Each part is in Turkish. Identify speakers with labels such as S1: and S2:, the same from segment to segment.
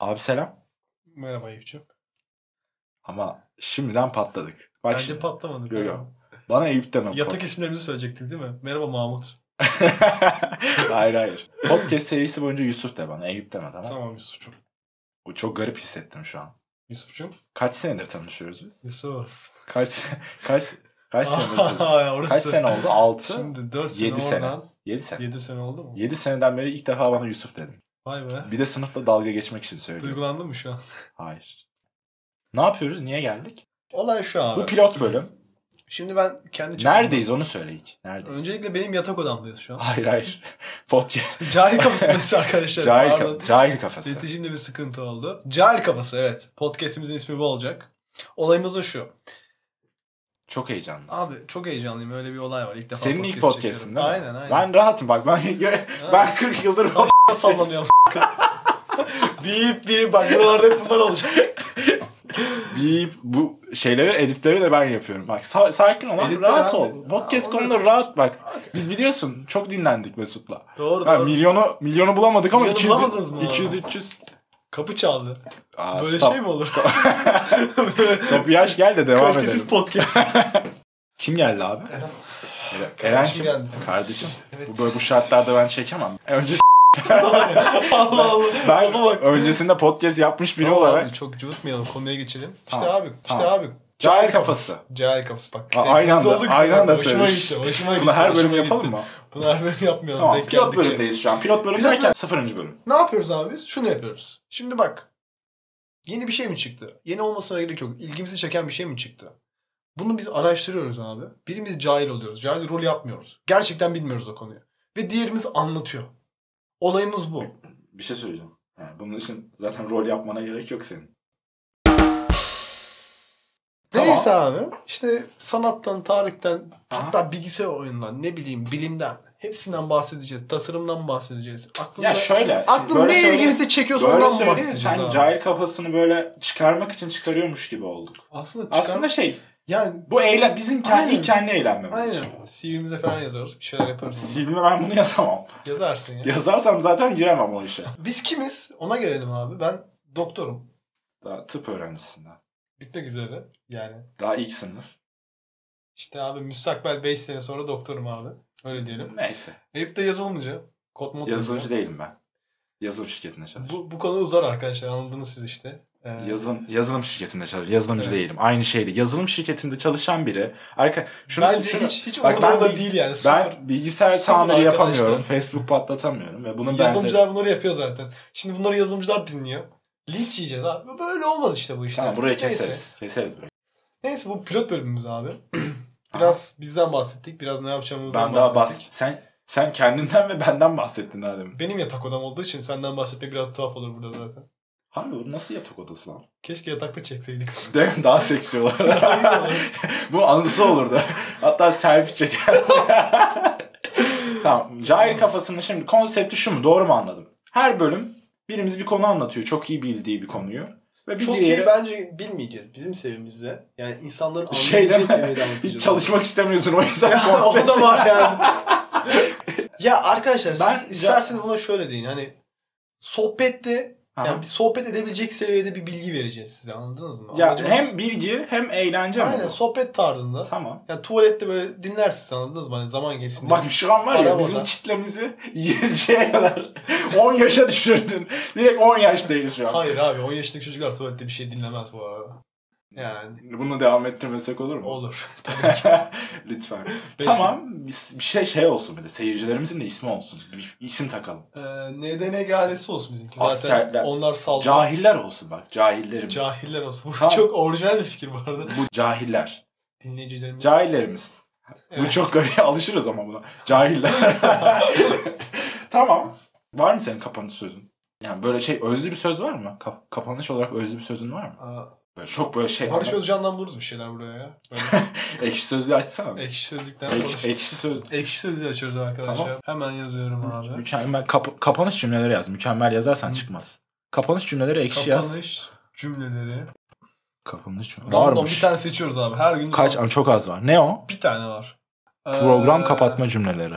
S1: Abi selam.
S2: Merhaba Eyüp'cüğüm.
S1: Ama şimdiden patladık. Bak
S2: Bence
S1: şimdi.
S2: patlamadık.
S1: Yo, yo.
S2: ya.
S1: Bana Eyüp deme.
S2: Yatak isimlerimizi söyleyecektik değil mi? Merhaba Mahmut.
S1: hayır hayır. Podcast serisi boyunca Yusuf de bana. Eyüp deme tamam.
S2: Tamam Yusuf'cum.
S1: Bu Çok garip hissettim şu an.
S2: Yusuf'cum.
S1: Kaç senedir tanışıyoruz biz?
S2: Yusuf.
S1: Kaç kaç kaç senedir tanışıyoruz?
S2: Aha, orası.
S1: Kaç sene oldu? 6,
S2: Şimdi 4 sene
S1: Yedi sene.
S2: oradan.
S1: 7 sene.
S2: 7 sene oldu mu?
S1: 7 seneden beri ilk defa bana Yusuf dedin.
S2: Vay be.
S1: Bir de sınıfta dalga geçmek için söylüyorum.
S2: Duygulandın mı şu an?
S1: Hayır. Ne yapıyoruz? Niye geldik?
S2: Olay şu abi.
S1: Bu pilot bölüm.
S2: Şimdi ben kendi çapımda-
S1: Neredeyiz onu söyle ilk. Neredeyiz?
S2: Öncelikle benim yatak odamdayız şu an.
S1: Hayır hayır. Podcast.
S2: Cahil kafasındayız arkadaşlar.
S1: Cahil, ka-
S2: Pardon.
S1: cahil kafası.
S2: İletişimde bir sıkıntı oldu. Cahil kafası evet. Podcast'imizin ismi bu olacak. Olayımız da şu.
S1: Çok heyecanlısın.
S2: Abi çok heyecanlıyım. Öyle bir olay var. İlk defa
S1: Senin ilk
S2: podcast
S1: podcast'in
S2: çekiyorum.
S1: değil mi?
S2: Aynen aynen.
S1: Ben rahatım bak ben ben 40 yıldır
S2: Tamam. sallanıyorum. bip bip bak buralarda hep bunlar olacak.
S1: bir bu şeyleri editleri de ben yapıyorum. Bak sa- sakin ol lan,
S2: Editler
S1: rahat
S2: abi.
S1: ol. Podcast
S2: Aa,
S1: konuda
S2: olur.
S1: rahat bak. Biz biliyorsun çok dinlendik Mesut'la.
S2: Doğru
S1: Ha,
S2: doğru.
S1: milyonu milyonu bulamadık ama
S2: Milyonu
S1: 200
S2: bulamadınız mı?
S1: 200 300.
S2: Kapı çaldı.
S1: Aa,
S2: Böyle
S1: stop.
S2: şey mi olur?
S1: Kapı yaş gel de devam
S2: Kalitesiz
S1: edelim.
S2: podcast.
S1: Kim geldi abi?
S2: Eren.
S1: Eren. Eren
S2: Kardeşim
S1: kim?
S2: geldi.
S1: Kardeşim.
S2: Evet.
S1: Bu böyle bu şartlarda ben çekemem. Önce
S2: Allah Allah.
S1: ben öncesinde podcast yapmış biri
S2: Tamam
S1: olarak
S2: Abi, çok cıvıtmayalım konuya geçelim. İşte
S1: Tamam,
S2: abi, işte
S1: tamam.
S2: abi.
S1: cahil kafası.
S2: Cahil kafası bak.
S1: Aa,
S2: sevgimiz
S1: aynı anda-
S2: oldu güzel
S1: aynı
S2: oldu.
S1: anda
S2: Hoşuma
S1: söylemiş.
S2: gitti. Hoşuma gitti.
S1: Bunu her
S2: hoşuma
S1: bölüm yapalım
S2: gitti.
S1: mı?
S2: Bunu her bölüm yapmayalım.
S1: Tamam
S2: denk
S1: pilot
S2: geldikçe.
S1: bölümdeyiz şu an. Pilot bölüm
S2: Pilot
S1: derken sıfırıncı bölüm.
S2: Ne yapıyoruz abi biz? Şunu yapıyoruz. Şimdi bak. Yeni bir şey mi çıktı? Yeni olmasına gerek yok. İlgimizi çeken bir şey mi çıktı? Bunu biz araştırıyoruz abi. Birimiz cahil oluyoruz. Cahil rol yapmıyoruz. Gerçekten bilmiyoruz o konuyu. Ve diğerimiz anlatıyor. Olayımız bu.
S1: Bir şey söyleyeceğim. Yani bunun için zaten rol yapmana gerek yok senin. Tamam.
S2: Neyse abi. işte sanattan, tarihten,
S1: Aha.
S2: hatta bilgisayar oyunundan, ne bileyim bilimden. Hepsinden bahsedeceğiz. Tasarımdan bahsedeceğiz. Aklımda,
S1: Ya şöyle.
S2: aklım
S1: böyle
S2: ne
S1: söyle-
S2: ilginizi çekiyorsa
S1: Böyle
S2: ondan
S1: söyleyeyim mi?
S2: bahsedeceğiz
S1: Sen
S2: abi.
S1: cahil kafasını böyle çıkarmak için çıkarıyormuş gibi olduk.
S2: Aslında çıkar...
S1: Aslında şey
S2: yani
S1: bu eğlen bizim kendi
S2: Aynen.
S1: kendi eğlenmemiz
S2: Aynen.
S1: için.
S2: CV'mize Şey, falan yazarız. Bir şeyler yaparız.
S1: Silme ben bunu yazamam.
S2: Yazarsın ya.
S1: Yazarsam zaten giremem o işe.
S2: Biz kimiz? Ona gelelim abi. Ben doktorum.
S1: Daha tıp öğrencisinden.
S2: Bitmek üzere. Yani
S1: Daha ilk sınıf.
S2: işte abi müstakbel 5 sene sonra doktorum abi. Öyle diyelim.
S1: Neyse.
S2: Eyüp de yazılımcı. Kod mod
S1: Yazılımcı
S2: yazıyor.
S1: değilim ben. Yazılım şirketinde çalışıyorum.
S2: Bu, bu konu uzar arkadaşlar. Anladınız siz işte. Ee,
S1: Yazılım, yazılım şirketinde çalışıyorum. Yazılımcı
S2: Evet.
S1: değilim. Aynı şeydi. Yazılım şirketinde çalışan biri. Arka, şunu,
S2: bence
S1: şunu-
S2: hiç, hiç
S1: Bak
S2: bak,
S1: ben
S2: da
S1: bir-
S2: değil yani. Sıfır.
S1: ben bilgisayar
S2: Sıfır
S1: tamiri
S2: arkadaşlar.
S1: yapamıyorum. Facebook patlatamıyorum. Ve bunun benzeri.
S2: Yazılımcılar bunları yapıyor zaten. Şimdi bunları yazılımcılar dinliyor. Linç yiyeceğiz abi. Böyle olmaz işte bu işler.
S1: şey Tamam burayı
S2: Neyse.
S1: keseriz. Keseriz burayı.
S2: Neyse bu pilot bölümümüz abi.
S1: Aha.
S2: Biraz bizden bahsettik. Biraz ne yapacağımızdan
S1: Ben daha
S2: bahsettik.
S1: bahs sen sen kendinden ve benden bahsettin Adem.
S2: Benim yatak odam olduğu için senden bahsetmek biraz tuhaf olur burada zaten.
S1: Harbi bu nasıl yatak odası lan?
S2: Keşke yatakta çekseydik.
S1: Değil mi? Daha seksi olur. bu anısı olurdu. Hatta selfie çeker. tamam. Cahil kafasının şimdi konsepti şu mu? Doğru mu anladım? Her bölüm birimiz bir konu anlatıyor. Çok iyi bildiği bir konuyu. Ve bir
S2: Çok
S1: diğeri
S2: iyi bence bilmeyeceğiz bizim seviyemizde. Yani insanların
S1: Şey
S2: anlayabileceği
S1: deme.
S2: seviyede anlatacağız.
S1: hiç çalışmak istemiyorsun o yüzden
S2: Ya, o
S1: konsept.
S2: da var yani. ya arkadaşlar
S1: Ben-
S2: siz isterseniz buna şöyle deyin. Hani sohbette
S1: Ha.
S2: yani bir sohbet edebilecek seviyede bir bilgi vereceğiz size anladınız mı?
S1: ya
S2: Amacımız-
S1: hem bilgi hem eğlence mi
S2: Aynen
S1: bu?
S2: sohbet tarzında.
S1: Tamam.
S2: Yani tuvalette böyle dinlersiniz anladınız mı? Hani zaman geçsin diye.
S1: Bak şu an var ya
S2: Adam
S1: bizim
S2: orada.
S1: kitlemizi şeye kadar 10 yaşa düşürdün. Direkt 10 yaştayız şu an.
S2: Hayır abi 10 yaşındaki çocuklar tuvalette bir şey dinlemez bu arada. Yani
S1: Bunu devam ettirmesek olur mu?
S2: olur.
S1: Lütfen.
S2: Beş-
S1: Tamam. Biz- Bir şey şey olsun bir de. Seyircilerimizin de ismi olsun. Bir isim takalım.
S2: Ee, NDN galesi olsun bizimki. Zaten
S1: Askerler.
S2: onlar saldırı.
S1: Cahiller olsun bak. Cahillerimiz.
S2: Cahiller olsun. Bu
S1: Tamam.
S2: çok orijinal bir fikir bu arada.
S1: Bu cahiller.
S2: Dinleyicilerimiz.
S1: Cahillerimiz. Bu
S2: Evet.
S1: çok garip. Alışırız ama buna. Cahiller. tamam. Var mı senin kapanış sözün? Yani böyle şey özlü bir söz var mı? Ka- kapanış olarak özlü bir sözün var mı?
S2: Aa,
S1: Böyle çok böyle şey.
S2: Barış
S1: ama-
S2: Özcan'dan buluruz bir şeyler buraya ya. Böyle
S1: Ekşi sözlüğü açsana.
S2: ekşi sözlükten buluruz.
S1: Ekşi, ekşi söz.
S2: Ekşi sözlüğü açıyoruz arkadaşlar.
S1: Tamam.
S2: Hemen yazıyorum abi.
S1: Mükemmel. kapa- kapanış cümleleri yaz. Mükemmel yazarsan
S2: Hı.
S1: çıkmaz. Kapanış cümleleri ekşi yaz.
S2: Kapanış cümleleri.
S1: Kapanış mı?
S2: Random
S1: Varmış.
S2: bir tane seçiyoruz abi. Her gün
S1: Kaç? Çok az var. Ne o?
S2: bir tane var. Ee,
S1: Program kapatma cümleleri.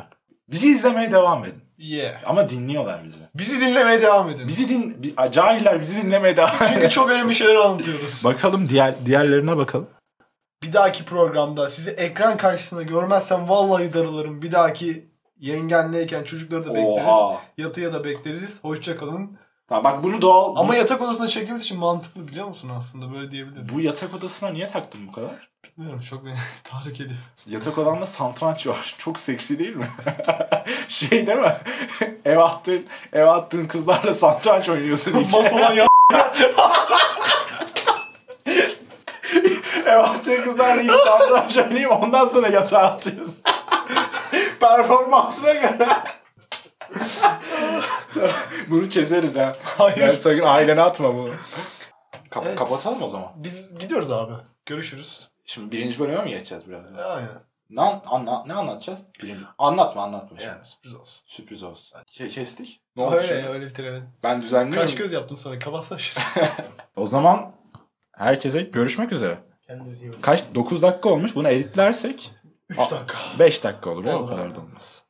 S1: Bizi izlemeye devam edin.
S2: Yeah.
S1: Ama dinliyorlar bizi.
S2: Bizi dinlemeye devam edin.
S1: Bizi din bi- a- cahiller bizi dinlemeye devam edin.
S2: Çünkü çok önemli şeyler anlatıyoruz.
S1: bakalım diğer diğerlerine bakalım.
S2: Bir dahaki programda sizi ekran karşısında görmezsem vallahi darılırım. Bir dahaki yengenleyken çocukları da bekleriz.
S1: Oha.
S2: Yatıya da bekleriz. Hoşça kalın.
S1: Tamam bak bunu doğal
S2: Ama yatak odasına çektiğimiz için mantıklı biliyor musun aslında böyle diyebilirim.
S1: bu yatak odasına niye taktın bu kadar?
S2: Bilmiyorum çok beni tahrik ediyor.
S1: Yatak odanda santranç var. Çok seksi değil mi? şey değil mi? ev attığın, ev attığın kızlarla santranç oynuyorsun.
S2: Matolan ya.
S1: Ev attığı kızlarla ilk satranç oynayayım ondan sonra yatağa atıyoruz. Performansına göre. bunu keseriz ha.
S2: Hayır.
S1: Yani sakın ailene atma bunu. Kap-
S2: Evet.
S1: Kapatalım o zaman.
S2: Biz gidiyoruz abi. Görüşürüz.
S1: Şimdi birinci bölüme mi geçeceğiz biraz?
S2: E, Aynen.
S1: Ne, an- anla- ne anlatacağız? Birinci. Anlatma anlatma şimdi.
S2: Yani sürpriz olsun.
S1: Sürpriz olsun. Şey, kestik. Ne oldu
S2: Öyle
S1: şimdi?
S2: öyle bitirelim.
S1: Ben düzenliyorum.
S2: Kaş göz yaptım sana. Kapatsana şunu.
S1: O zaman herkese görüşmek üzere.
S2: Kendinize iyi bakın.
S1: Kaç? 9 dakika olmuş. Bunu editlersek
S2: 3 dakika.
S1: 5 dakika olur. Ya, o
S2: Olur.
S1: kadar da olmaz.